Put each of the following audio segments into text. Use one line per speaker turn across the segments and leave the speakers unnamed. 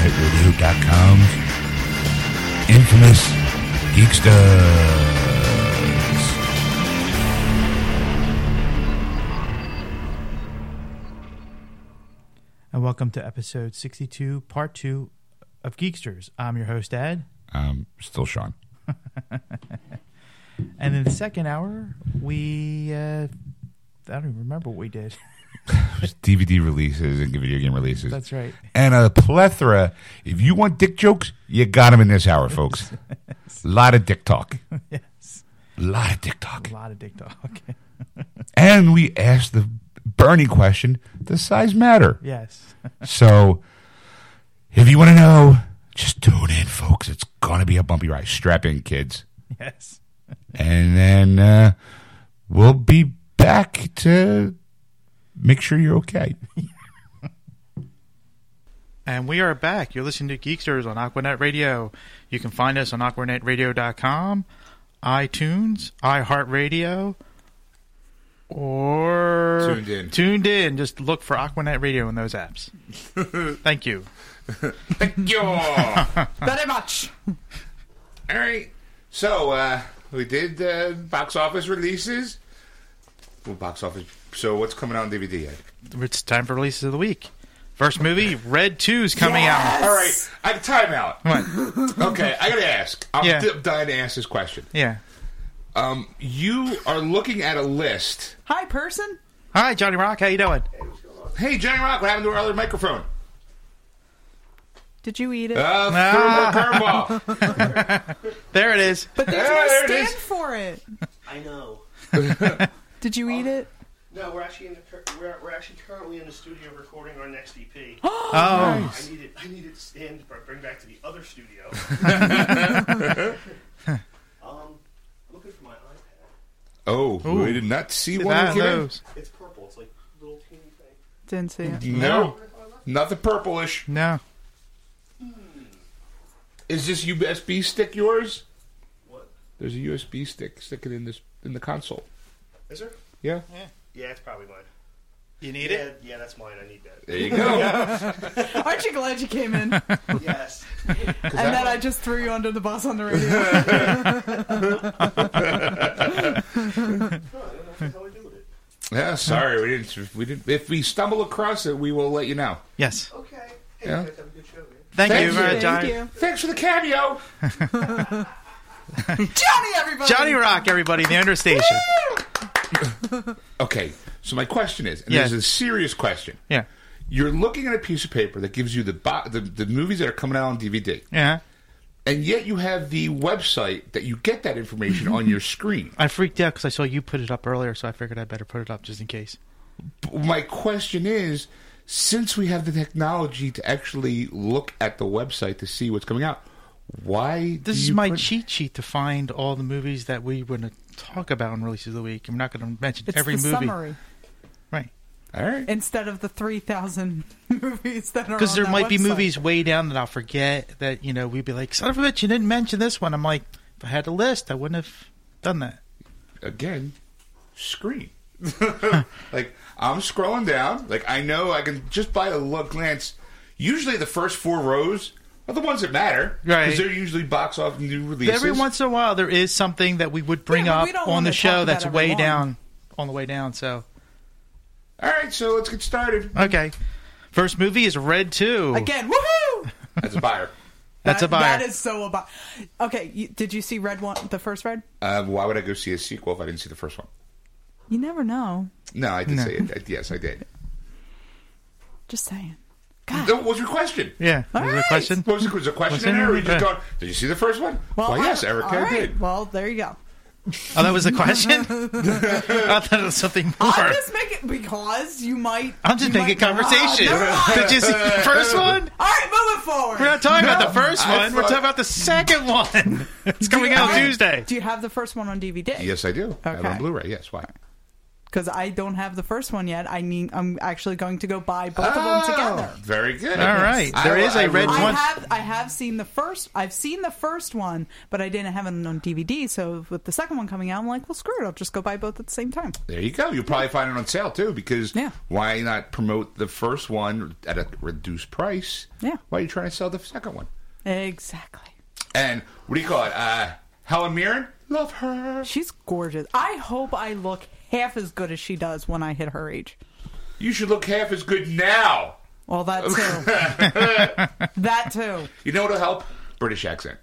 PulpitReview.com's infamous Geeksters.
And welcome to episode 62, part two of Geeksters. I'm your host, Ed.
Um, still Sean.
And in the second hour, we. Uh, I don't even remember what we did.
Just DVD releases and video game releases.
That's right.
and a plethora. If you want dick jokes, you got them in this hour, folks. A lot of dick talk.
yes.
A lot of dick talk.
A lot of dick talk.
And we asked the burning question does size matter?
yes.
So if you want to know, just tune in, folks. It's going to be a bumpy ride. Strap in, kids.
Yes.
And then uh, we'll be back to make sure you're okay.
And we are back. You're listening to Geeksters on Aquanet Radio. You can find us on aquanetradio.com, iTunes, iHeartRadio, or
Tuned In.
Tuned in. Just look for Aquanet Radio in those apps. Thank you.
Thank you.
Very much.
All right. So uh, we did uh, box office releases. Well, box office. So what's coming out on DVD? Ed?
It's time for releases of the week. First movie, Red 2 is coming out.
All right. I have a timeout.
What?
Okay, I gotta ask. I'm
Yeah.
d- dying to ask this question.
Yeah.
Um, you are looking at a list.
Hi, person.
Hi, Johnny Rock. How you doing?
Hey, Johnny Rock, what happened to our other microphone?
Did you eat it?
Uh, threw him a curveball.
There it is.
but there's
yeah,
no
there it
stand
is.
for it.
I know.
Did you eat it?
No, we're actually in the cur- we're, we're actually currently in the studio recording our next EP.
Oh,
I needed I needed to stand br- bring back to the other studio. um, I'm looking for my iPad.
Oh, we did not see one
that
of them.
knows.
It's purple. It's like a little teeny thing.
Didn't see it.
No, nothing purplish.
No.
Is this USB stick yours?
What
There's a USB stick sticking in this in the console.
is there?
Yeah.
Yeah, it's probably mine.
You need
Yeah, yeah, that's mine. I need that.
There you go.
Aren't you glad you came in? and
yes.
then I just threw you under the bus on the radio.
No, I don't know what the hell I do with it.
Yeah, sorry, we didn't. We didn't. If we stumble across it, we will let you know.
Yes.
Okay. Hey,
Yeah.
you guys have a good show, man.
Thank,
Thank
you very
you.
much, Johnny.
Thank you.
Thanks for the cameo.
Johnny, everybody.
Johnny Rock, everybody, in the understation.
Okay, so my question is, and
Yeah.
this is a serious question.
Yeah.
You're looking at a piece of paper that gives you the, bo- the the movies that are coming out on DVD,
Yeah.
and yet you have the website that you get that information on your screen.
I freaked out because I saw you put it up earlier, so I figured I better put it up just in case.
But My question is, since we have the technology to actually look at the website to see what's coming out, why? do
This is
you
my
put-
cheat sheet to find all the movies that we were going to talk about in releases of the week. I'm not going to mention
It's
every
the
movie.
summary
Right.
All right.
instead of the 3,000 movies that are
Because
on
there
that
might be
website.
movies way down that I'll forget that, you know, we'd be like, son of a bitch, you didn't mention this one. I'm like, if I had a list, I wouldn't have done that.
again, screen. like I'm scrolling down, like I know I can just by a look glance. Usually, the first four rows are the ones that matter,
Right.
Because they're usually box off new releases.
Every once in a while, there is something that we would bring
Yeah, but
up
we don't
on the
wanna talk
show
about
that's way
everyone.
down, on the way down. So,
All right, so let's get started.
okay. First movie is Red 2.
Again, woohoo!
As a buyer,
That's
That-
a buyer.
That is so a buyer. Okay, you, did you see Red One, the first Red?
uh, why would I go see a sequel if I didn't see the first one?
You never know.
No, I did say it. I- yes, I did.
Just saying.
What was your question?
yeah.
All
Was there a
right.
question?
What was, it, was a question
Was
in
there-
there? Or you just
yeah.
going, did you see the first one?
Well,
Why,
I-
yes, Erica,
all
I
right.
did.
Well, there you go.
Oh, that was the question? I thought it was something more.
I'm just oh, making because you might.
I'm just
you
making
might not. Uh,
conversation.
Never mind.
Did you see the first one?
All right, moving forward.
We're not talking about the first
I
one. We're
thought-
talking about the second one. It's
Do you-
coming out
all right.
Tuesday.
Do you have the first one on DVD?
Yes, I do. I have it on
Okay.
Blu-ray. Yes, why?
because I don't have the first one yet. I need. I'm actually going to go buy both of them together.
Oh,
Very good.
All right. There is a red
I
Oh. Once-
have I have seen the first I've seen the first one, but I didn't have it on DVD. So with the second one coming out, I'm like, well, screw it, I'll just go buy both at the same time.
There you go. You'll probably find it on sale too, because
Yeah.
why not promote the first one at a reduced price?
Yeah.
Why are you trying to sell the second one?
Exactly.
And what do you call it? Uh, Helen Mirren, love her.
She's gorgeous. I hope I look half as good as she does when I hit her age.
You should look half as good now.
Well, that too. that too.
You know what'll help? British accent.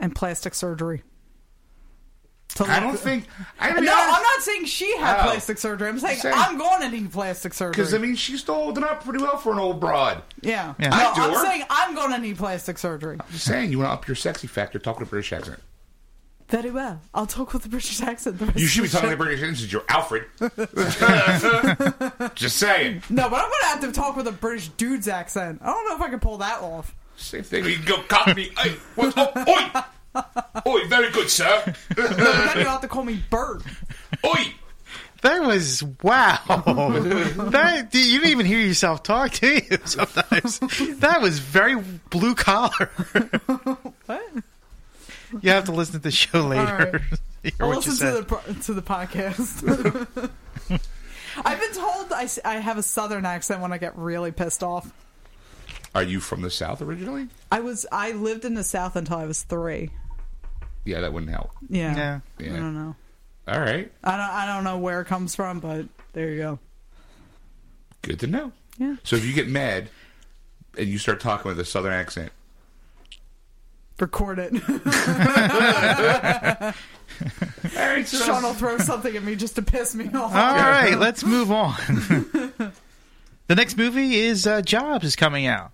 And plastic surgery. To
I
look-
don't think. I
No, I'm not saying she had
Oh.
plastic surgery. I'm saying
Same.
I'm going to need plastic surgery.
Because I mean, she's still holding up pretty well for an old broad.
yeah.
Yeah.
No,
I do
I'm
her.
saying I'm going to need plastic surgery.
I'm just saying, you want to up your sexy factor? Talk with a British accent.
Very well. I'll talk with the British accent. The rest
You should be
of the
talking
show.
with a British accent since you're Alfred. just saying.
No, but I'm gonna have to talk with a British dude's accent. I don't know if I can pull that off.
Same thing. You can go cockney. Oi, what's up? Oh, Oi, oi, very good, sir.
then you'll have to call me Bert.
Oi.
That was wow. that you didn't even hear yourself talk to you sometimes. that was very blue collar.
What?
You have to listen to the show
right.
later. Hear
I'll
what you
listen to the
said.
pro- to the podcast. I've been told I, s- I have a southern accent when I get really pissed off.
Are you from the South originally?
I was I lived in the south until I was three.
Yeah, that wouldn't help.
Yeah.
Yeah.
Yeah.
I don't know.
All right.
I don't I don't know where it comes from, but there you go.
Good to know.
Yeah.
So if you get mad and you start talking with a Southern accent,
Record it.
all right, so
Sean will throw something at me just to piss me off.
All right, let's move on. the next movie is uh, Jobs is coming out.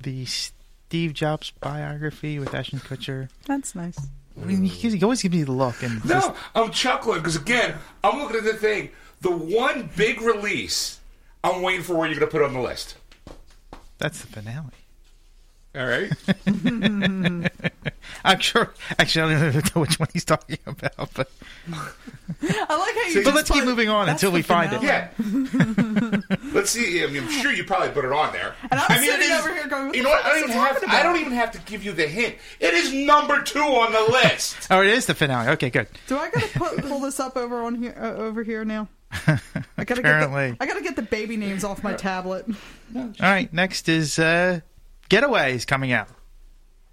The Steve Jobs biography with Ashton Kutcher.
That's nice.
I mean, he, he always gives me the look and just-
No, I'm chuckling because again, I'm looking at the thing. The one big release I'm waiting for where you're going to put on the list.
that's the finale.
All right.
I'm sure. Actually, I don't even know which one he's talking about, but
I like how you.
See,
but
just
let's keep
put-
moving on
That's
until we
the
find it.
finale.
yeah. Let's see. I mean, I'm sure you probably put it on there.
And I'm
I mean, it
sitting
is-
over here going, what
you
the
know what?
fuck
I
is he
don't
talking
even have. To, I
about?
don't e- even have to give you the hint. It is number two on the list.
Oh, it is the finale. Okay, good.
Do I gotta put, pull this up over on here uh, over here now? I gotta
Apparently.
Get the, I gotta get the baby names off my tablet.
All right, next is uh, Getaway is coming out.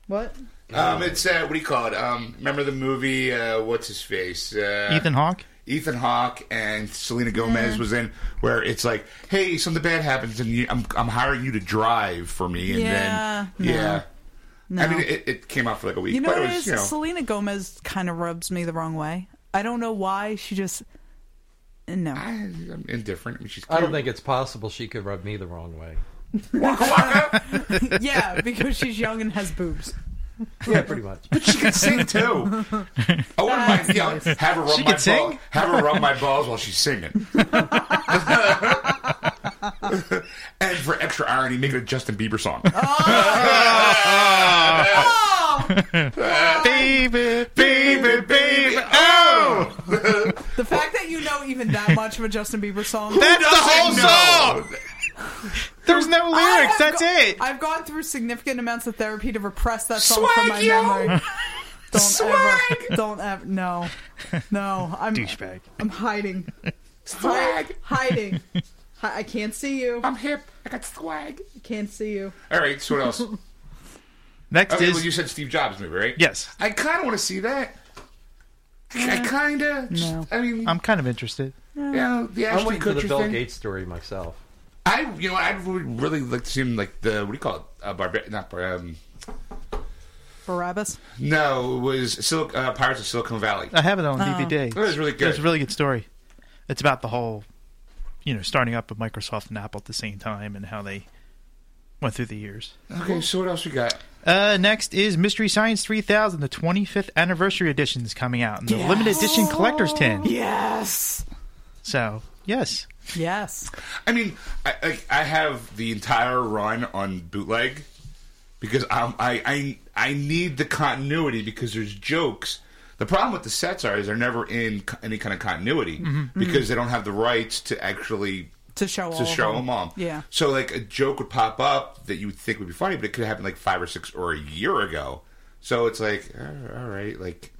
What?
Um, it's uh, what do you call it? Um, remember the movie? Uh, what's his face? Uh,
Ethan Hawke.
Ethan Hawke and Selena Gomez was in where it's like, hey, something bad happens and you, I'm I'm hiring you to drive for me, and
Yeah,
then
no.
yeah. I
No.
mean, it, it came out for like a week,
You know
but
what
it
it
was
is?
you know
Selena Gomez kind of rubs me the wrong way. I don't know why. She just no.
I, am eh, indifferent. I mean, she's
I don't think it's possible she could rub me the wrong way.
yeah, because she's young and has boobs.
Yeah, pretty much.
she can sing too. I wouldn't mind, you know, have her rub
She
my
can sing?
ball- have her rub my balls while she's singing. and for extra irony, make it a Justin Bieber song.
Oh,
Baby,
baby, baby, oh.
the fact that you know even that much of a Justin Bieber song.
that's the whole
No.
song. There's no lyrics.
I've
That's
go-
it.
I've gone through significant amounts of therapy to repress that song
Swag,
from my
yo!
memory. Don't
Swag!
ever. Don't ever. No. No. I'm.
Douchebag.
I'm hiding.
Swag.
Hiding. Hi- I can't see you.
I'm hip. I got swag.
I can't see you.
All right, so what else?
Next
Okay,
is
well, you said Steve Jobs movie, right?
Yes.
I kind of want to see that. I kind of.
No.
I mean,
I'm kind of interested.
you know, the
I'm
Ashton
waiting for the
Kutcher
Bill
thing.
Gates story myself.
I, you know, I'd really, really like to see him like the what do you call it? Uh, Barba- not Bar- um,
Barabbas.
No, it was Sil- uh, Pirates of Silicon Valley.
I have it on DVD.
That was really good.
It's a really good story. It's about the whole, you know, starting up of Microsoft and Apple at the same time and how they went through the years.
okay, so what else we got?
Uh, next is Mystery Science 3000, the 25th anniversary edition is coming out in the limited edition collector's tin.
Yes.
So, yes.
Yes.
I mean, I, I, I have the entire run on bootleg because I'm, I, I I need the continuity because there's jokes The problem with the sets are is they're never in co- any kind of continuity because they don't have the rights to actually
to show all
to
of
show
them.
them all.
Yeah.
So like a joke would pop up that you would think would be funny, but it could have happened like five or six or a year ago. So it's like, uh, all right, like.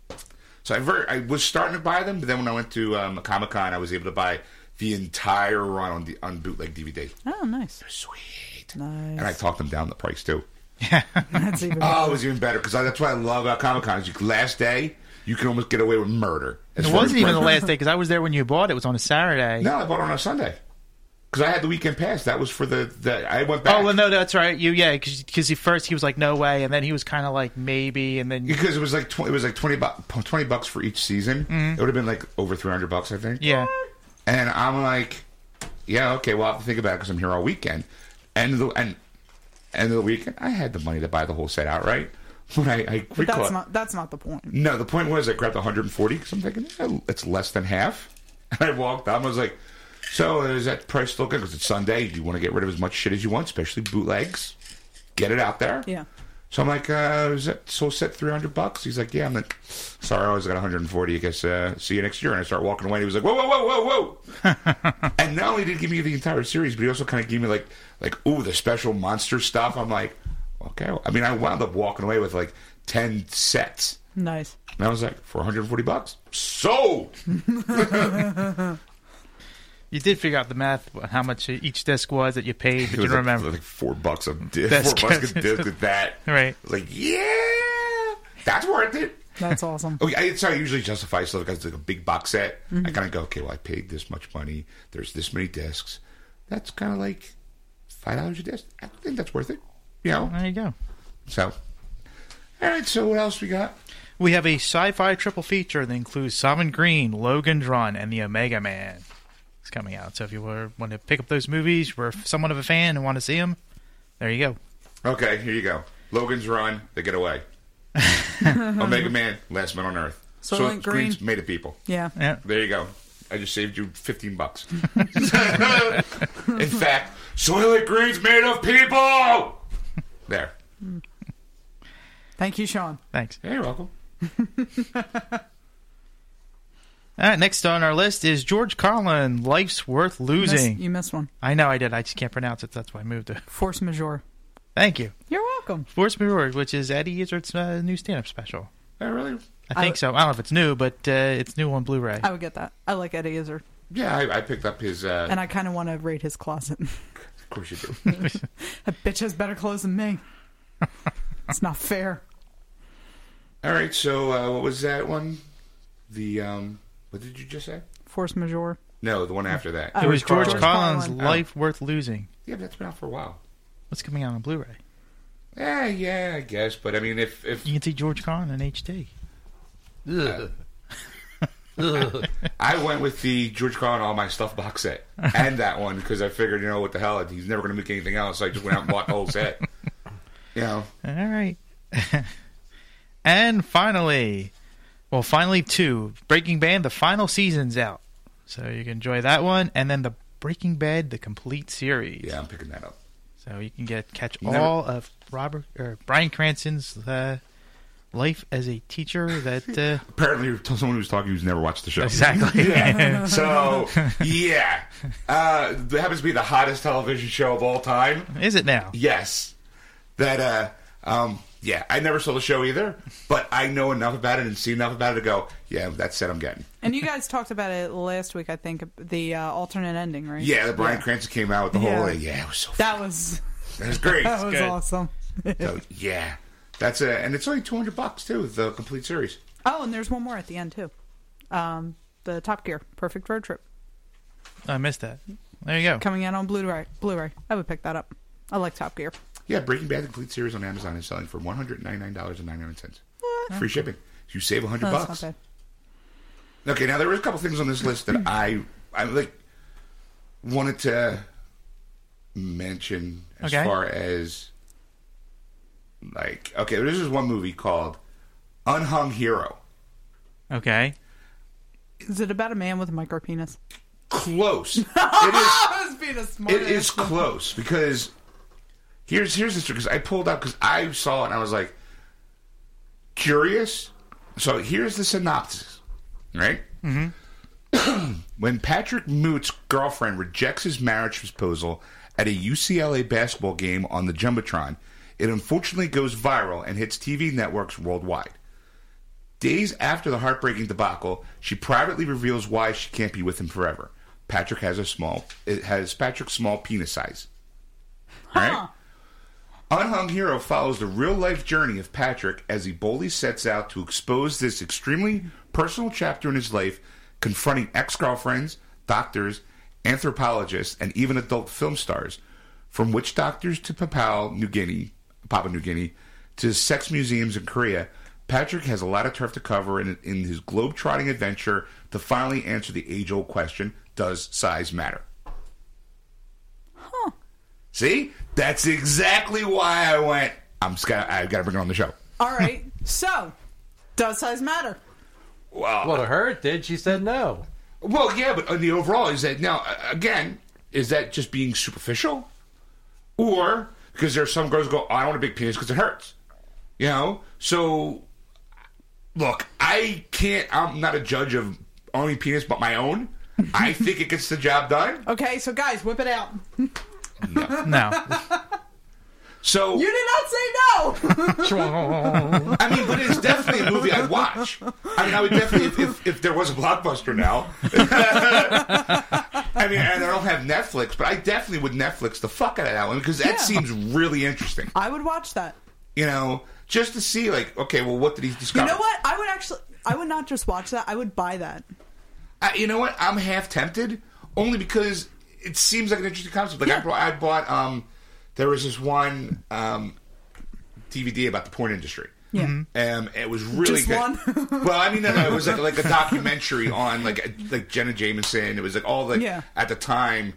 So I very, I was starting to buy them, but then when I went to um, Comic Con, I was able to buy the entire run on the on bootleg DVD.
Oh, nice.
Sweet.
Nice.
And I talked them down the price too.
That's even.
Oh, it was even better because that's what I love about Comic Con. Is you, last day, you can almost get away with murder. as
It
far as
wasn't even the
price-
last day because I was there when you bought it. It was on a Saturday.
No, I bought it on a Sunday because I had the weekend pass. That was for the, the I went back.
Oh well, no, that's right. You yeah, because he first he was like no way, and then he was kind of like maybe, and then
because it was like tw- it was like 20, bu- 20 bucks for each season.
Mm.
It would have been like over three hundred bucks, I think.
yeah,
And I'm like, yeah, okay, well, I have to think about it because I'm here all weekend. End of the and end of the weekend, I had the money to buy the whole set outright. When I, I
but
recall-
that's not. That's not the point.
No, the point was I grabbed 140 because I'm thinking eh, it's less than half. And I walked out and I was like, so is that price still good? Because it's Sunday. You want to get rid of as much shit as you want, especially bootlegs. Get it out there.
Yeah.
So I'm like, uh, is that soul set 300 bucks? He's like, yeah. I'm like, sorry, I was at 140. I guess uh, see you next year. And I start walking away. And he was like, whoa, whoa, whoa, whoa, whoa. and not only did he give me the entire series, but he also kind of gave me like, like, ooh, the special monster stuff. I'm like, okay. I mean, I wound up walking away with like 10 sets.
Nice.
And I was like, for 140 bucks, sold.
you did figure out the math on how much each disc was that you paid, but
It
you
was
don't
like,
remember.
like four bucks a disc,
That's
four bucks a
good.
disc at that.
Right.
I was like, yeah, that's worth it.
That's awesome.
Okay, I- it's how I usually justify stuff because it's like a big box set.
Mm-hmm.
I kind of go, okay, well, I paid this much money. There's this many discs. That's kind of like five dollars a disc. I think that's worth it. You know.
There you go.
So, all right. So what else we got?
We have a sci-fi triple feature that includes Simon Green, Logan Run, and the Omega Man. It's coming out, so if you were, want to pick up those movies, were somewhat of a fan and want to see them, there you go.
Okay, here you go. Logan's Run, They Get Away. Omega Man, Last Man on Earth.
Soylent Green.
Green's made of people.
Yeah.
Yeah.
There you go. I just saved you 15 bucks. In fact, Soylent Green's made of people! There.
Thank you, Sean.
Thanks.
Hey, you're welcome.
All right, next on our list is George Carlin, Life's Worth
Missed-
Losing.
you missed one.
I know I did. I just can't pronounce it. That's why I moved it.
Force majeure.
Thank you.
You're welcome.
Force Majeure, which is Eddie Izzard's uh, new stand-up special.
I Oh, really?
I think so. I don't know if it's new, but uh, it's new on Blu-ray.
I would get that. I like Eddie Izzard,
Yeah, I, I picked up his. Uh,
and I kind of want to raid his closet.
of course you do.
that bitch has better clothes than me. it's not fair.
All right, so uh, what was that one? The. um What did you just say?
Force majeure.
No, the one after that.
it was George, Oh.
George
Carlin's
Carlin.
Life Worth Losing.
yeah, but that's been out for a while.
What's coming out on Blu-ray?
Yeah, yeah, I guess. But I mean, if. if
You can see George Carlin in HD.
Ugh. Ugh.
I went with the George Carlin All My Stuff box set and that one because I figured, you know, what the hell, he's never going to make anything else. So I just went out and bought the whole set. You know,
All right. and finally, well, finally two Breaking Bad. The final season's out, so you can enjoy that one, and then the Breaking Bad: The Complete Series.
yeah, I'm picking that up.
So you can get catch
Never-
all of Robert or Brian Cranston's uh, life as a teacher. That uh,
Apparently, you're telling someone who's talking who's never watched the show.
exactly.
Yeah. so, yeah. Uh, that happens to be the hottest television show of all time.
Is it now?
Yes. That, uh, um, yeah, I never saw the show either, but I know enough about it and see enough about it to go, yeah, that's set I'm getting.
And you guys talked about it last week, I think, the uh, alternate ending, right?
Yeah, the Brian Cranston came out with the
Yeah.
whole, yeah, it was so
That was
That was great.
that was
good.
awesome.
So yeah, that's a and it's only two hundred bucks too. The complete series.
Oh, and there's one more at the end too. Um, the Top Gear Perfect Road Trip
I missed that. There you go.
coming out on Blu-ray. Blu-ray. I would pick that up. I like Top Gear.
Yeah, Breaking Bad the complete series on Amazon is selling for one hundred ninety nine dollars and ninety nine cents. Free shipping. You save a hundred
No, that's
bucks.
not bad.
Okay, now there were a couple things on this list that I I like wanted to mention as
Okay.
far as like okay, this is one movie called Unhung Hero.
Okay.
Is it about a man with a micro penis?
Close. it is
I was being a smart.
It is close because here's here's the because I pulled out because I saw it and I was like curious, So here's the synopsis, right? Mm-hmm. when Patrick Moot's girlfriend rejects his marriage proposal at a UCLA basketball game on the Jumbotron, it unfortunately goes viral and hits TV networks worldwide. Days after the heartbreaking debacle, she privately reveals why she can't be with him forever. Patrick has a small, it has Patrick's small penis size. All right. Unhung Hero follows the real life journey of Patrick as he boldly sets out to expose this extremely personal chapter in his life, confronting ex girlfriends, doctors, anthropologists, and even adult film stars, from witch doctors to Papua New Guinea, Papua New Guinea, to sex museums in Korea. Patrick has a lot of turf to cover in, in his globe-trotting adventure to finally answer the age-old question: Does size matter? See, that's exactly why I went. I'm just gotta, I gotta bring it on the show.
All right. so, does size matter?
Wow.
What hurt did she said no.
Well, yeah, but on the overall is that now uh, again is that just being superficial, or because there's some girls who go, "Oh, I don't want a big penis because it hurts, you know? So, look, I can't. I'm not a judge of only penis, but my own. I think it gets the job done.
Okay, so guys, whip it out.
No.
So
You did not say no.
I mean, but it's definitely a movie I'd watch. I mean, I would definitely if, if, if there was a blockbuster now. I mean, and I don't have Netflix, but I definitely would Netflix the fuck out of that one because that
Yeah.
seems really interesting.
I would watch that.
You know, just to see like, okay, well, what did he
You
discover?
know what? I would actually. I would not just watch that. I would buy that.
I, you know what? I'm half tempted only because it seems like an interesting concept. Like I
Yeah.
bought, I bought um, there was this one um, DVD about the porn industry.
Yeah.
Mm-hmm.
Um, it was really
Just
good.
one?
well, I mean, no, no, it was like like a documentary on like like Jenna Jameson. It was like all the
Yeah.
at the time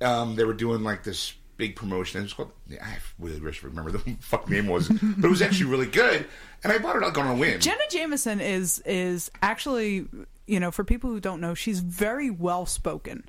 um, they were doing like this big promotion. It was called I really wish I remember the fuck name was, but it was actually really good. And I bought it like on a whim.
Jenna Jameson is is actually, you know, for people who don't know, she's very well spoken.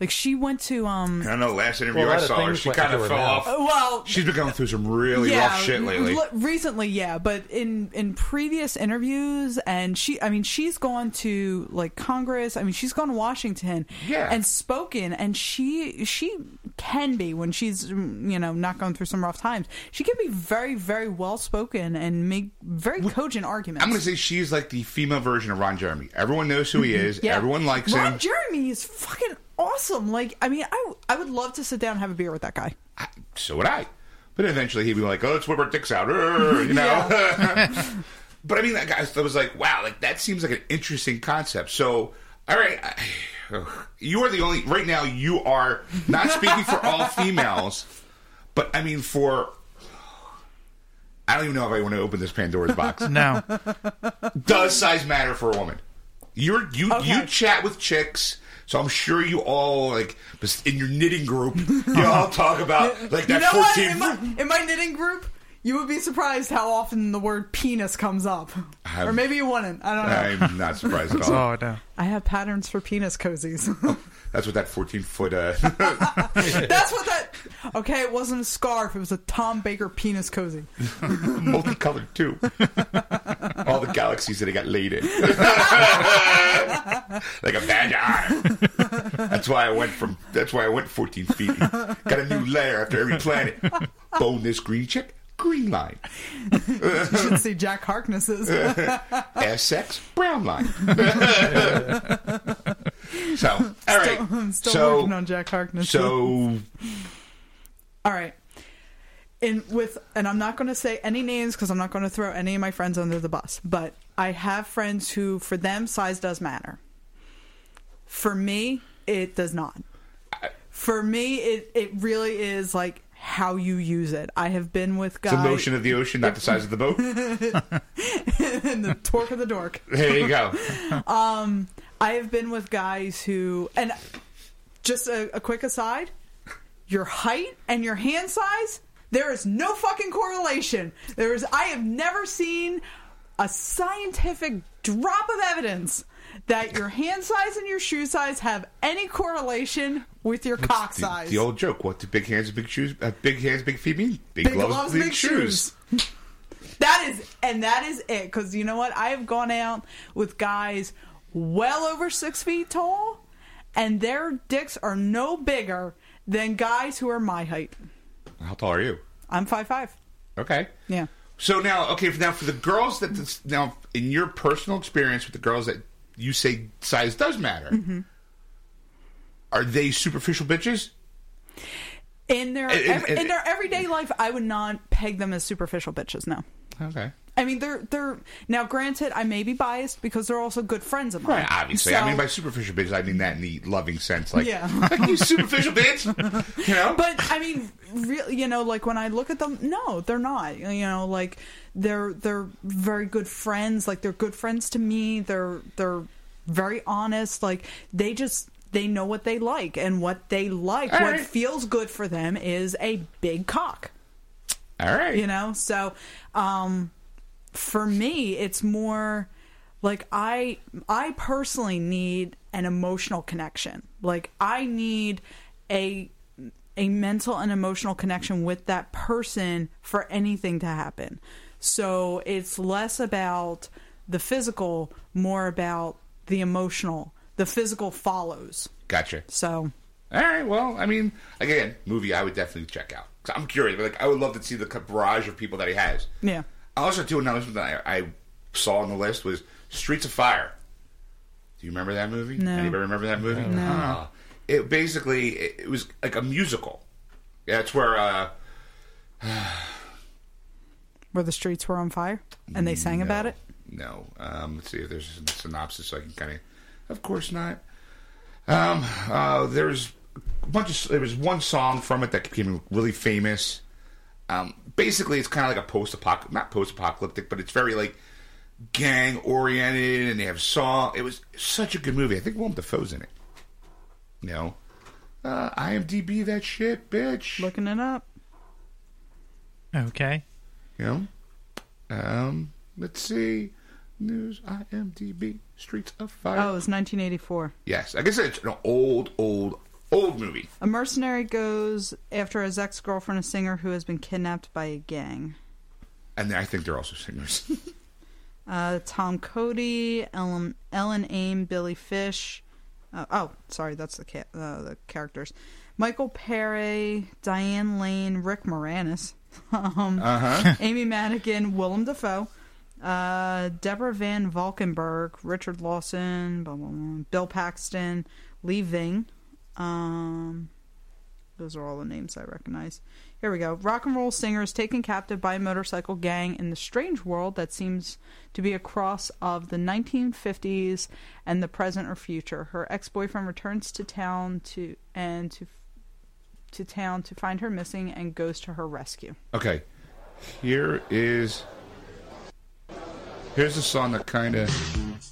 Like she went to um.
I don't know. the Last interview
Well, a
I
lot of
saw her,
things
she
went
kind
into
of
her
fell off.
mouth.
Well,
She's been going through some really rough shit lately.
l- recently, yeah, but in in previous interviews, and she, I mean, she's gone to like Congress. I mean, she's gone to Washington,
Yeah.
and spoken. And she she can be when she's mm, you know not going through some rough times. She can be very very well spoken and make very cogent arguments.
I'm going to say she's like the female version of Ron Jeremy. Everyone knows who he is.
Mm-hmm. Yeah.
Everyone likes
Ron
him.
Jeremy is fucking awesome. Like, I mean, I I would love to sit down and have a beer with that guy.
I, so would I. But eventually he'd be like, oh, let's whip our dicks out. Urgh, You know? but I mean, that guy that was like, wow, like that seems like an interesting concept. So, all right. I, you are the only, right now, you are not speaking for all females, but I mean, for. I don't even know if I want to open this Pandora's box.
No.
does size matter for a woman? You're you
Okay.
you chat with chicks, so I'm sure you all like in your knitting group, you all talk about like
You
that
know what?
fourteen.
In my, in my knitting group, you would be surprised how often the word penis comes up.
Have-
or maybe you wouldn't. I don't know.
I'm not surprised at all.
Oh no.
I have patterns for penis cozies.
That's what that fourteen foot. Uh,
That's what that. Okay, it wasn't a scarf. It was a Tom Baker penis cozy.
multicolored too. All the galaxies that I got laid in, like a bad eye. That's why I went from. That's why I went fourteen feet. Got a new layer after every planet. Boneless green chick, green line.
You should see Jack Harkness's.
SX brown line. so, all right.
I'm still
so,
working on Jack Harkness.
so
All right. And with and I'm not going to say any names because I'm not going to throw any of my friends under the bus. But I have friends who, for them, size does matter. For me, it does not. For me, it it really is like how you use it. I have been with
it's the
guys
motion of the ocean, not the size of the boat.
and the torque of the dork.
There you go.
Um, I have been with guys who, and just a, a quick aside, your height and your hand size, there is no fucking correlation. There is, I have never seen a scientific drop of evidence that your hand size and your shoe size have any correlation with your cock
The,
size.
the old joke: What do big hands, big shoes? Uh, big hands, big feet mean? Big,
Big gloves, big shoes. That is, and that is it. Because you know what? I have gone out with guys well over six feet tall, and their dicks are no bigger than guys who are my height.
How tall are you?
I'm five five.
Okay.
Yeah.
So now, okay, now for the girls that this, now in your personal experience with the girls that you say size does matter,
Mm-hmm.
are they superficial bitches?
In their
And- and-
ev-
and-
in their everyday life, I would not peg them as superficial bitches. No.
Okay.
I mean, they're they're now. Granted, I may be biased because they're also good friends of mine.
Right, obviously.
So-
I mean, by superficial bitches, I mean that in the loving sense. Like,
Yeah.
like you superficial bitch. You know?
but I mean, really, you know, like when I look at them, no, they're not. You know, like they're they're very good friends. Like they're good friends to me. They're they're very honest. Like they just they know what they like and what they like.
All
what
right.
feels good for them is a big cock.
All right.
You know, so um, for me, it's more like I I personally need an emotional connection. Like I need a a mental and emotional connection with that person for anything to happen. So it's less about the physical, more about the emotional. The physical follows.
Gotcha.
So
All right. Well, I mean, again, movie I would definitely check out. 'Cause I'm curious. Like, I would love to see the barrage of people that he has.
yeah.
I also do another something that I, I saw on the list was Streets of Fire. Do you remember that movie?
No.
Anybody remember that movie? No. it basically it, it was like a musical. Yeah, it's where uh,
Where the streets were on fire and they sang about it.
No. Um, let's see if there's a synopsis so I can kind of. Of course not. Um, uh, there's a bunch of. There was one song from it that became really famous. Um, basically, it's kind of like a post-apocalyptic, not post-apocalyptic, but it's very like gang-oriented, and they have song. It was such a good movie. I think Willem Dafoe's in it. You know, uh, IMDb that shit, bitch.
Looking it up.
Okay.
You know? Um, let's see. News, IMDb, Streets of Fire.
Oh, it's 1984.
Yes. I guess it's an old, old, old movie.
A mercenary goes after his ex girlfriend, a singer who has been kidnapped by a gang.
And I think they're also singers.
Uh, Tom Cody, Ellen, Ellen Aim, Billy Fish. Uh, oh, sorry, that's the, ca- uh, the characters. Michael Perry, Diane Lane, Rick Moranis, um, Amy Madigan, Willem Dafoe, uh, Deborah Van Valkenburg, Richard Lawson, blah, blah, blah, Bill Paxton, Lee Ving. Um, Those are all the names I recognize. Here we go. Rock and roll singers taken captive by a motorcycle gang in the strange world that seems to be a cross of the 1950s and the present or future. Her ex-boyfriend returns to town to and to to town to find her missing and goes to her rescue.
okay. Here is. Here's a song that kind of.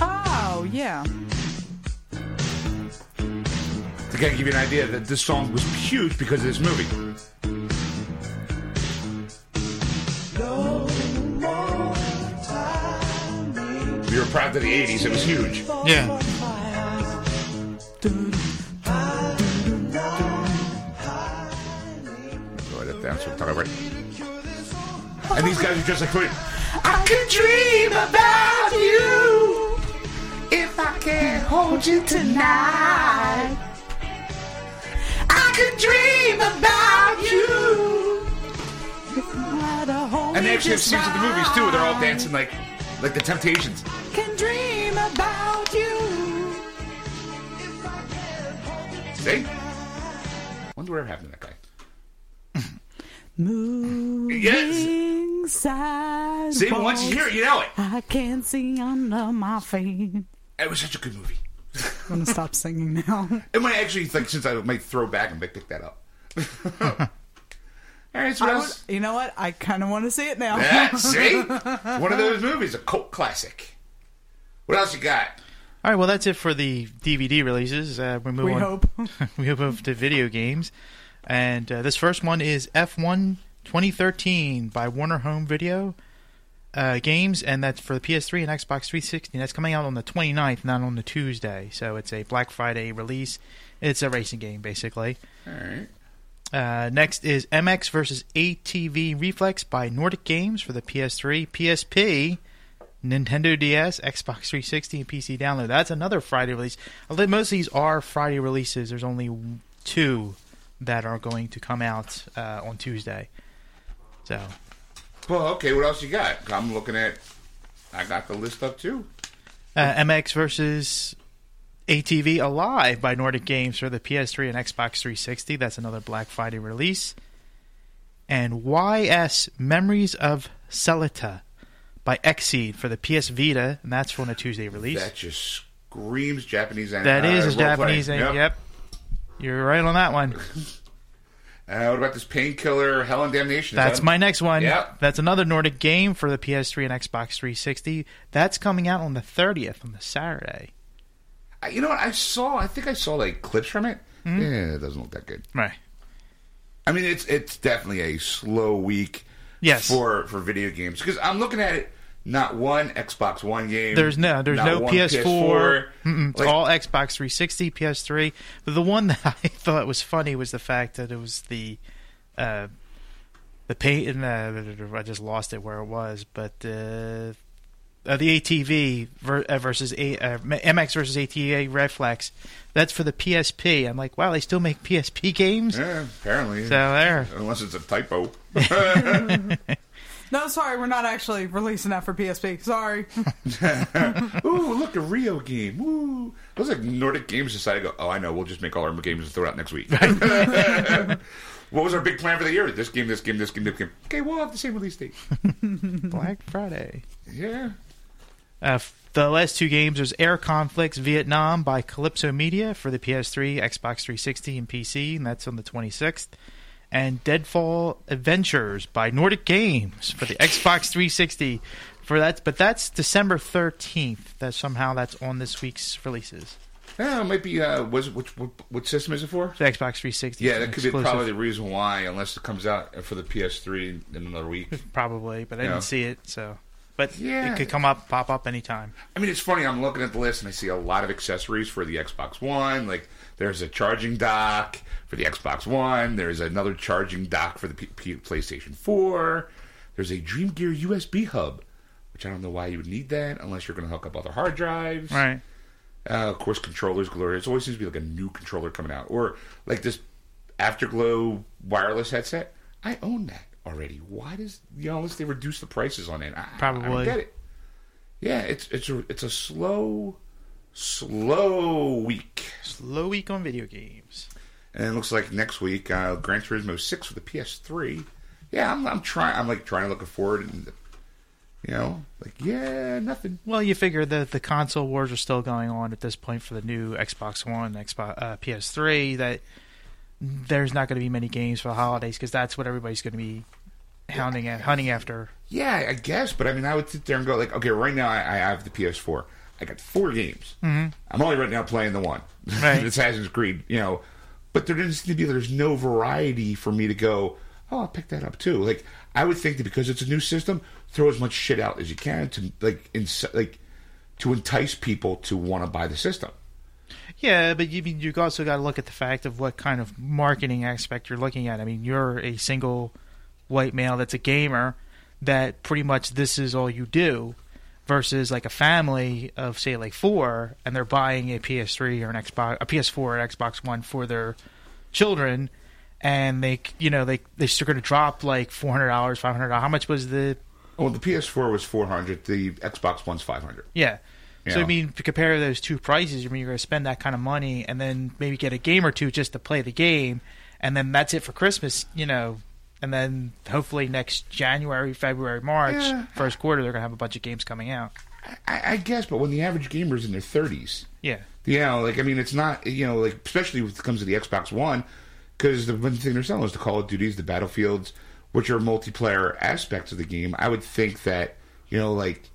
Oh, yeah.
To kind of give you an idea that this song was huge because of this movie. We were proud of the 80s. It was huge. Oh,
Yeah.
Boy, that- that's what I'm talking about. And these guys are just like, wait, I could dream about you if I can hold you tonight. I could dream about you. And they actually have scenes at the movies too, where they're all dancing like, like the Temptations.
Can dream about you.
See? Wonder whatever happened to that guy.
Moving sideways.
See, but once you hear it, you know it.
I can't see under my feet.
It was such a good movie.
I'm gonna stop singing now.
It might actually like since I might throw back and might pick that up. All right, so
I
what
would-
else?
you know what? I kind of want to see it now.
Yeah, see, one of those movies, a cult classic. What else you got?
All right. Well, that's it for the DVD releases. Uh, we move
We
on.
hope.
we move to video games, and uh, this first one is F1 2013 by Warner Home Video uh, Games, and that's for the PS3 and Xbox 360. And that's coming out on the 29th, not on the Tuesday. So it's a Black Friday release. It's a racing game, basically.
All right,
Uh, next is MX versus ATV Reflex by Nordic Games for the PS3, PSP, Nintendo DS, Xbox 360, and PC download. That's another Friday release. Although Most of these are Friday releases. There's only two that are going to come out uh, on Tuesday. So
Well, okay. What else you got? I'm looking at. I got the list up too.
uh, MX versus ATV Alive by Nordic Games for the PS3 and Xbox 360. That's another Black Friday release. And YS Memories of Celita by Xseed for the PS Vita, and that's on a Tuesday release.
That just screams Japanese anime.
that is a Japanese name. Yep. You're right on that one.
Uh, what about this painkiller Hell and Damnation? Is
That's
that-
my next one.
Yep.
That's another Nordic game for the PS3 and Xbox 360. That's coming out on the 30th, on the Saturday.
I- You know what? I saw. I think I saw like clips from it.
Hmm?
Yeah, it doesn't look that good.
Right.
I mean, it's it's definitely a slow week.
Yes.
For for video games, because I'm looking at it. Not one Xbox One game.
There's no, there's
not
no
one
PS4. Mm-mm. It's
Like,
all Xbox 360, PS3. But the one that I thought was funny was the fact that it was the, uh, the paint and uh, I just lost it where it was, but uh, uh, the ATV ver- uh, versus a- uh, MX versus ATA Reflex. That's for the PSP. I'm like, wow, they still make PSP games.
yeah, apparently.
So there,
Unless it's a typo.
No, sorry, we're not actually releasing that for PSP. Sorry.
Ooh, look, a Rio game. Woo. Those like Nordic Games decided to go, oh, I know, we'll just make all our games and throw it out next week. what was our big plan for the year? This game, this game, this game, this game. Okay, we'll have the same release date.
Black Friday.
Yeah.
Uh, f- the last two games was Air Conflicts Vietnam by Calypso Media for the PS3, Xbox 360, and PC, and that's on the 26th. And Deadfall Adventures by Nordic Games for the Xbox 360. For that, but that's December 13th. That somehow that's on this week's releases.
Yeah, it might be, uh, was, which, what, what system is it for?
The Xbox 360.
Yeah,
is
that
an
could be
exclusive.
probably the reason why, unless it comes out for the PS3 in another week.
probably, but I
Yeah.
didn't see it, so. But
Yeah.
it could come up, pop up anytime.
I mean, it's funny. I'm looking at the list and I see a lot of accessories for the Xbox One. Like, there's a charging dock for the Xbox One. There's another charging dock for the P- P- PlayStation 4. There's a Dream Gear USB hub, which I don't know why you would need that unless you're going to hook up other hard drives.
Right.
Uh, of course, controllers galore. It always seems to be like a new controller coming out, or like this Afterglow wireless headset. I own that already. Why does you know unless they reduce the prices on it? I, I don't
Probably.
get it. Yeah, it's it's a it's a slow, slow week,
Slow week on video games.
and it looks like next week uh, Gran Turismo Six for the PS3. Yeah, I'm I'm trying. I'm like trying to look forward, and you know, like yeah, nothing.
Well, you figure that the console wars are still going on at this point for the new Xbox One, Xbox uh, PS3. That there's not going to be many games for the holidays because that's what everybody's going to be hounding at, hunting after.
Yeah, I guess, but I mean, I would sit there and go like, okay, right now I, I have the PS4. I got four games. Mm-hmm. I'm only right now playing the one,
Right.
Assassin's Creed, you know. But there doesn't seem to be there's no variety for me to go. Oh, I'll pick that up too. Like I would think that because it's a new system, throw as much shit out as you can to like inc- like to entice people to want to buy the system.
Yeah, but you mean you also got to look at the fact of what kind of marketing aspect you're looking at. I mean, you're a single white male that's a gamer that pretty much this is all you do versus like a family of say like four and they're buying a PS3 or an Xbox a PS4 or Xbox 1 for their children and they you know they they're going to drop like $400 $500 how much was the
Well, the PS4 was 400. The Xbox One's 500.
yeah. So
Yeah.
I mean, to compare those two prices, I mean, you're going to spend that kind of money and then maybe get a game or two just to play the game, and then that's it for Christmas, you know. And then hopefully next January, February, March,
Yeah.
first quarter, they're going to have a bunch of games coming out.
I, I guess, but when the average gamer's in their 30s,
Yeah,
Yeah, like I mean, it's not you know like especially when it comes to the Xbox One, because the one thing they're selling is the Call of Duties, the Battlefields, which are multiplayer aspects of the game. I would think that you know like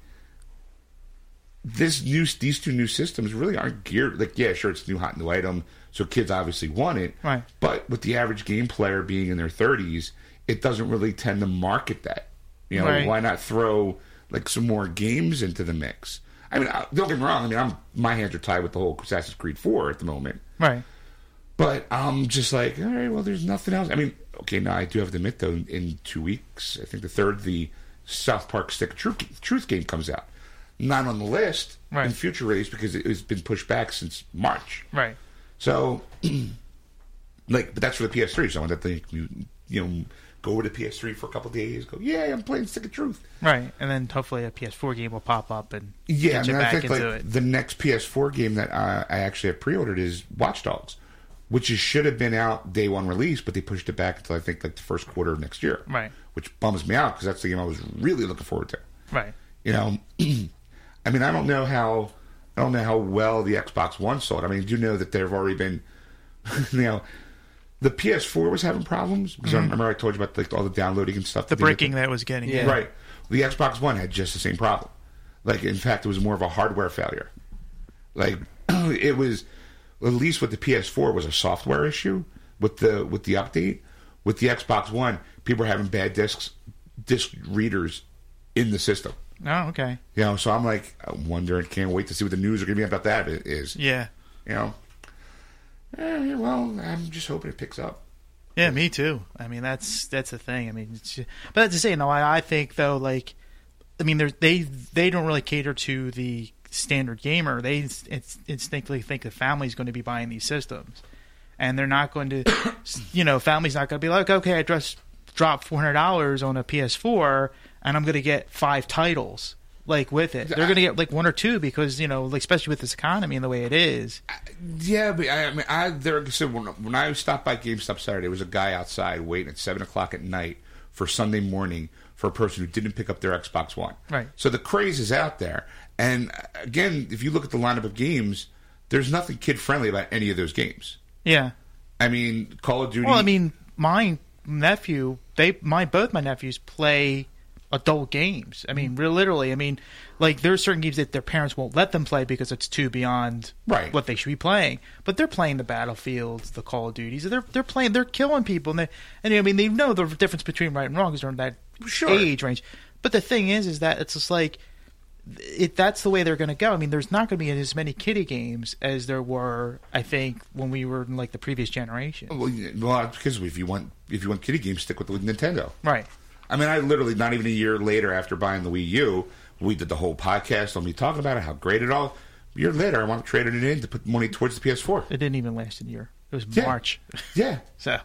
this new these two new systems really aren't geared like yeah sure it's new hot new item so kids obviously want it
Right.
but with the average game player being in their 30s it doesn't really tend to market that you know
Right.
why not throw like some more games into the mix i mean I- don't get me wrong i mean i'm my hands are tied with the whole assassin's creed 4 at the moment
right.
But I'm just like, all right, well, there's nothing else. I mean, okay, now I do have to admit though, in, in two weeks, I think the third, the South Park Stick of Truth, Truth game comes out. Not on the list in
Right.
future release because it, it's been pushed back since March.
Right.
So, like, but that's for the PS3. So I want to think you, you know, go over to PS3 for a couple days. Go, yeah, I'm playing Stick of Truth.
Right. And then hopefully a PS4 game will pop up and get
Yeah, I
you
mean, I
back
think
into
like
it.
the next PS4 game that I, I actually have pre-ordered is Watch Dogs, which is, should have been out day one release, but they pushed it back until I think like the first quarter of next year.
Right.
Which bums me out because that's the game I was really looking forward to.
Right.
You know, I mean, I don't know how I don't know how well the Xbox One sold. I mean, I do know that there have already been, you know. The PS4 was having problems because I remember I told you about like all the downloading and stuff.
Mm-hmm. The
that they did
breaking that was getting.
Yeah.
in.
Right. The Xbox One had just the same problem. Like, in fact, it was more of a hardware failure. Like, it was at least with the PS4 was a software issue with the with the update. With the Xbox One, people are having bad discs, disc readers in the system.
Oh, okay.
You know, so I'm like, I'm wondering, can't wait to see what the news are going to be about that i- is.
Yeah.
You know, Eh, well, I'm just hoping it picks up.
Yeah, me too. I mean, that's that's the thing. I mean, it's, but that's to say, no, I, I think though, like, I mean, they're- they they don't really cater to the standard gamer. They inst- inst- instinctively think the family's going to be buying these systems, and they're not going to, you know, family's not going to be like, okay, I just dropped four hundred dollars on a PS4, and I'm going to get five titles like with it. They're going to get like one or two because you know, like, especially with this economy and the way it is.
Yeah, but I, I mean, I there. So when, when I stopped by GameStop Saturday, there was a guy outside waiting at seven o'clock at night for Sunday morning for a person who didn't pick up their Xbox One.
Right.
So the craze is out there, and uh, again, if you look at the lineup of games, there's nothing kid friendly about any of those games.
Yeah.
I mean, Call of Duty.
Well, I mean, my nephew, they, my both my nephews play adult games. I
Mm-hmm.
mean, real literally. I mean, like there's certain games that their parents won't let them play because it's too beyond
Right.
what they should be playing. But they're playing the battlefields, the Call of Duties. They're they're playing, they're killing people, and they and I mean they know the difference between right and wrong because they're in that
Sure.
age range. But the thing is, is that it's just like. It, that's the way they're going to go. I mean, there's not going to be as many kiddie games as there were, I think, when we were in like the previous generation.
well, yeah, well, because if you want if you want kiddie games, stick with, with Nintendo.
Right.
I mean, I literally not even a year later after buying the Wii U, we did the whole podcast on me talking about it, how great it all. A year later, I want to trade it in to put money towards the PS4.
It didn't even last a year. It was
Yeah.
March.
Yeah.
So,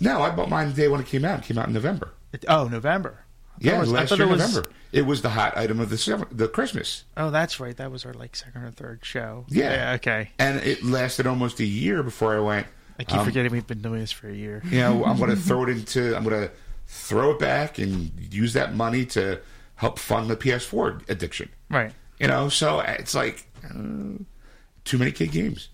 No, I bought mine the day when it came out. It came out in November.
it, oh, November. I thought
Yeah,
it was- I
last
thought
year
it was-
November. It was the hot item of the summer, the Christmas.
Oh, that's right. That was our like second or third show.
Yeah.
okay.
And it lasted almost a year before I went.
I keep
um,
forgetting we've been doing this for a year.
You know, I'm going to throw it into. I'm going to throw it back and use that money to help fund the PS4 addiction.
Right.
You know, so it's like uh, too many kid games.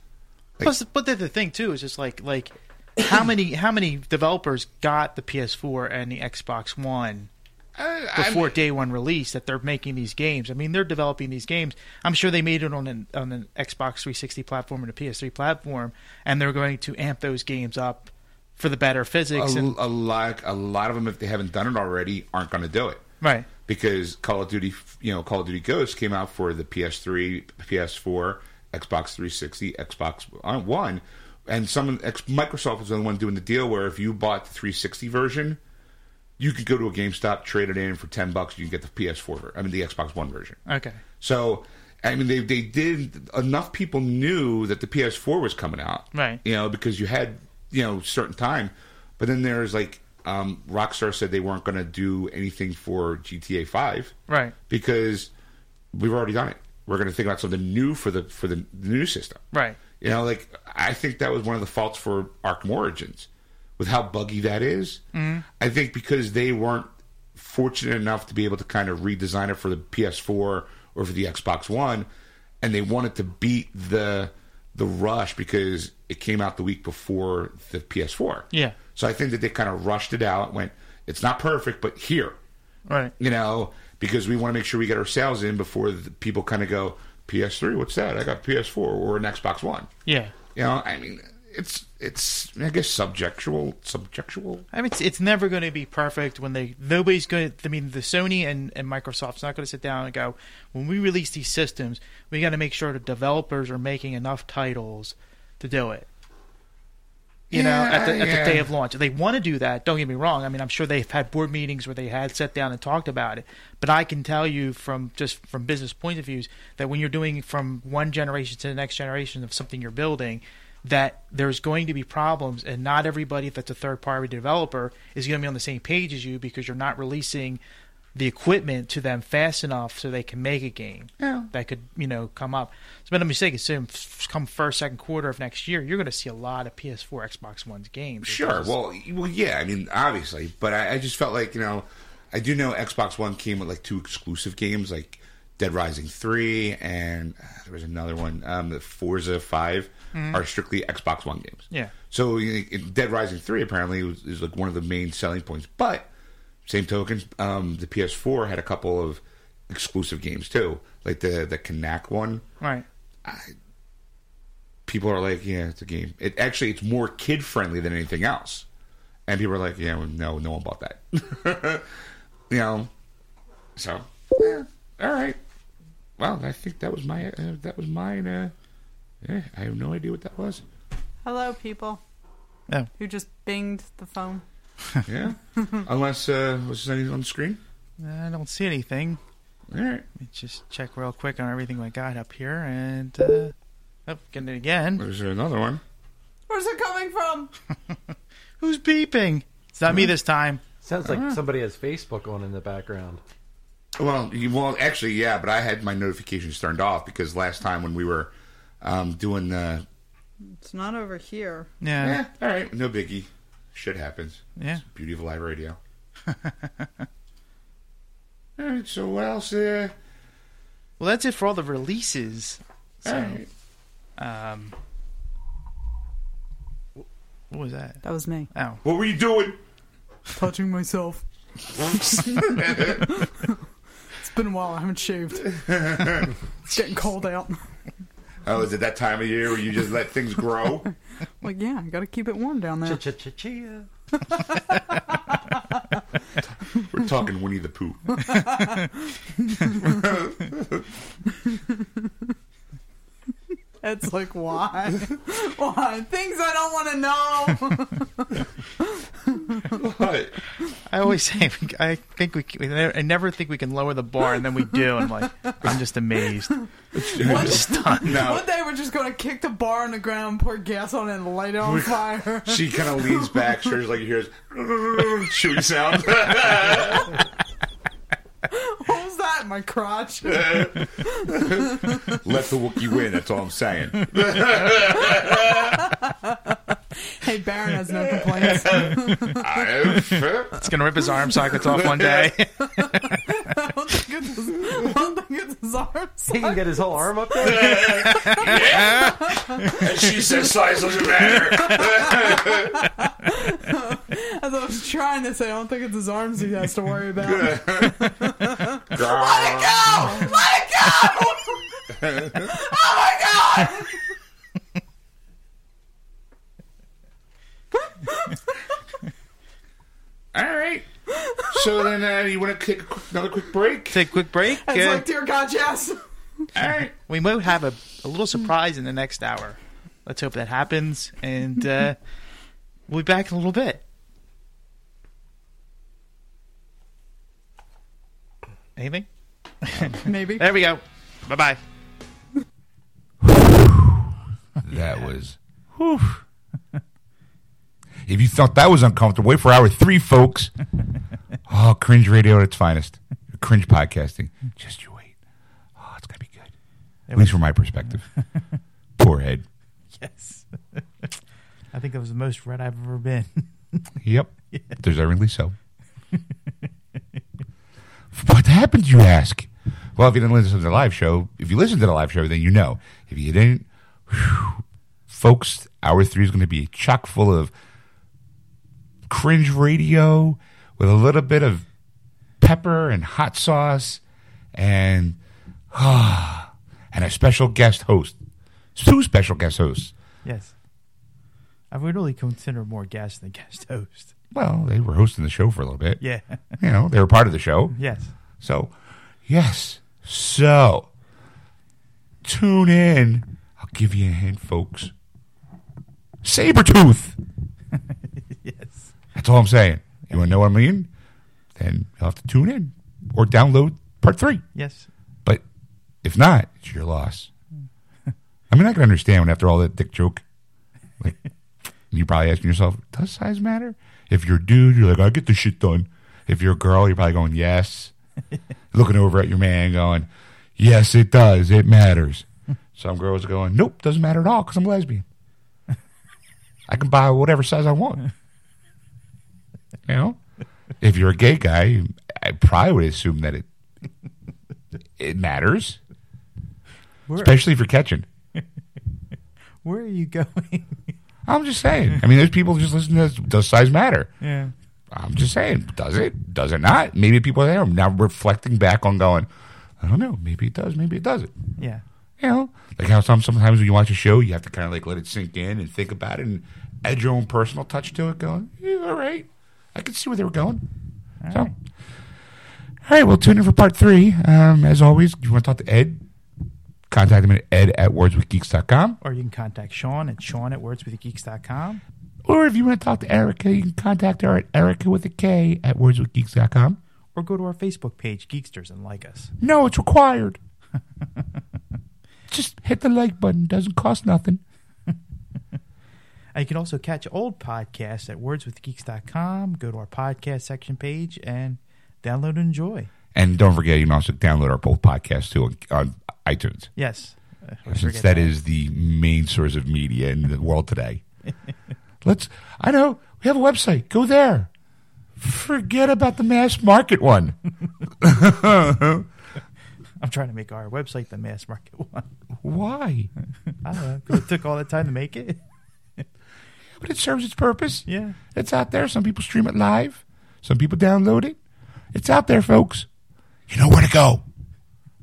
Like-
Plus, but the, the thing too is just like like how many how many developers got the PS4 and the Xbox One
Uh, I
before
mean-
day one release that they're making these games. I mean, they're developing these games. I'm sure they made it on an on an Xbox 360 platform and a PS3 platform, and they're going to amp those games up for the better
a,
physics. and,
a lot a lot of them if they haven't done it already aren't going to do it
Right.
because call of duty you know call of duty ghosts came out for the ps3 ps4 xbox 360 xbox one and some X, microsoft was the only one doing the deal where if you bought the 360 version you could go to a gamestop trade it in for 10 bucks you can get the ps4 ver- i mean the xbox one version
Okay.
so, I mean, they they did enough. People knew that the PS4 was coming out,
Right.
You know, because you had you know certain time, but then there's like um, Rockstar said they weren't going to do anything for GTA Five,
Right.
Because we've already done it. We're going to think about something new for the for the new system,
Right.
You know, like I think that was one of the faults for Arkham Origins, with how buggy that is. I think because they weren't fortunate enough to be able to kind of redesign it for the PS4 or for the Xbox One, and they wanted to beat the the rush because it came out the week before the PS4.
Yeah.
So I think that they kind of rushed it out. Went, it's not perfect, but here,
Right.
you know, because we want to make sure we get our sales in before the people kind of go PS3. What's that? I got PS4 or an Xbox One.
Yeah.
You know, I mean, it's it's I guess subjectual, subjectual.
I mean, it's, it's never going to be perfect when they nobody's going. to I mean, the Sony and, and Microsoft's not going to sit down and go. When we release these systems, we got to make sure the developers are making enough titles to do it. you know,
Yeah,
at the, at
yeah.
the day of launch. They want to do that. Don't get me wrong. I mean, I'm sure they've had board meetings where they had sat down and talked about it. But I can tell you from just from business point of views that when you're doing from one generation to the next generation of something you're building, that there's going to be problems, and not everybody that's a third party developer is going to be on the same page as you because you're not releasing the equipment to them fast enough so they can make a game that could you know come up. It's been a mistake. Assume f- come first second quarter of next year, you're going to see a lot of PS4, Xbox One's games.
Sure. Well, y- well, yeah. I mean, obviously, but I, I just felt like you know, I do know Xbox One came with like two exclusive games, like Dead Rising three, and uh, there was another one, um, the Forza 5 are strictly Xbox One games.
Yeah.
So you know, Dead Rising three apparently was, is like one of the main selling points, but same token, um, the PS4 had a couple of exclusive games too, like the the Kanak one
right.
people are like, yeah, it's a game. It actually it's more kid friendly than anything else, and people are like, yeah, well, no, no one bought that. you know, so yeah, all right. Well, I think that was my uh, that was mine. Uh, yeah, I have no idea what that was.
Hello, people.
Oh.
Who just binged the phone?
Yeah, unless uh, was there anything on the screen?
I don't see anything.
All right,
Let me just check real quick on everything I got up here, and uh, oh, getting it again.
there's another one.
Where's it coming from?
Who's beeping? It's not me this time.
Sounds like somebody has Facebook on in the background.
Well, you, well, actually, yeah, but I had my notifications turned off because last time when we were um, doing the
It's not over here.
Yeah,
yeah, all right, no biggie, shit happens.
yeah.
Beauty of live radio. All right, so what else? Uh,
Well, that's it for all the releases.
all
So,
right.
um, what was that?
That was me.
Oh,
What were you doing?
Touching myself. It's been a while. I haven't shaved. it's getting cold out.
oh, is it that time of year where you just let things grow?
Like, yeah, I gotta keep it warm down there.
Cha-cha-cha-chia.
we're talking Winnie the Pooh.
It's like, why? why? Things I don't want to know.
What?
I always say I think we. can- we never- I never think we can lower the bar, and then we do. And like, I'm just amazed. I'm stunned.
No,
One day we're just gonna kick the bar on the ground, pour gas on it, and light it on fire.
she kind of leans back. She's like, you hear this shooting sound.
what was that? My crotch.
let the Wookiee win. That's all I'm saying.
hey, Baron has no complaints.
I-
It's gonna rip his arm sockets off one day.
I don't think it's his, I don't think it's his arms.
He can get his whole arm up there.
and she says, size doesn't matter.
As I was trying to say, I don't think it's his arms he has to worry about.
Girl.
Go! Let it go! oh my god!
All right. So then, uh, you want to take a quick, another quick break?
Take a quick break.
It's
Uh,
like, dear God, yes.
All right.
we might have a, a little surprise in the next hour. Let's hope that happens, and uh, we'll be back in a little bit. Anything?
Maybe.
There we go. Bye bye.
That was. if you thought that was uncomfortable, wait for hour three, folks. oh, cringe radio at its finest. Cringe podcasting. Just you wait. Oh, it's going to be good. At least from my perspective. Poor head.
Yes. I think that was the most red I've ever been.
Yep. Deservingly so. what happened, you ask? Well, if you didn't listen to the live show, if you listened to the live show, then you know. If you didn't, whew, folks, hour three is going to be chock full of cringe radio with a little bit of pepper and hot sauce and and a special guest host. Two special guest hosts.
yes. I would only consider more guest than guest host.
Well, they were hosting the show for a little bit.
Yeah.
You know, they were part of the show.
yes.
So, yes. So, tune in. I'll give you a hint, folks. Sabretooth.
yes.
That's all I'm saying. You want to know what I mean? Then you'll have to tune in or download part three.
Yes.
But if not, it's your loss. I mean, I can understand when after all that dick joke, like you're probably asking yourself, does size matter? If you're a dude, you're like, I get this shit done. If you're a girl, you're probably going, yes. Looking over at your man, going, yes, it does. It matters. Some girls are going, nope, doesn't matter at all because I'm lesbian. I can buy whatever size I want. You know, if you're a gay guy, I probably would assume that it it matters, especially if you're catching.
Where are you going?
I'm just saying. I mean, there's people who just listen to this. Does size matter?
yeah.
I'm just saying. Does it? Does it not? Maybe people are there now reflecting back on going, I don't know. Maybe it does. Maybe it doesn't.
Yeah.
You know, like how some, sometimes when you watch a show, you have to kind of like let it sink in and think about it and add your own personal touch to it, going, yeah, all right. I can see where they were going. so, all right. Well, tune in for part three. Um, as always, if you want to talk to Ed, contact him at ed at wordswithgeeks.com.
Or you can contact Sean at Sean at wordswithgeeks.com.
Or if you want to talk to Erica, you can contact her at Erica with a K at wordswithgeeks.com.
Or go to our Facebook page, Geeksters, and like us.
No, it's required. Just hit the like button. Doesn't cost nothing.
And you can also catch old podcasts at wordswithgeeks.com. Go to our podcast section page and download and enjoy.
And don't forget, you can also download our both podcasts too on, on iTunes,
Yes. Uh, we
since
forget
that is the main source of media in the world today. Let's. I know we have a website. Go there. Forget about the mass market one.
I'm trying to make our website the mass market one.
Why?
I don't know. 'cause It took all that time to make it.
But it serves its purpose.
Yeah.
It's out there. Some people stream it live. Some people download it. It's out there, folks. You know where to go.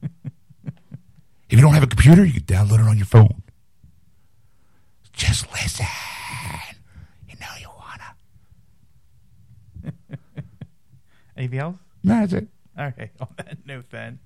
if you don't have a computer, you can download it on your phone. Just listen. You know you wanna.
Anything else?
No, that's it.
All right. On that note, then.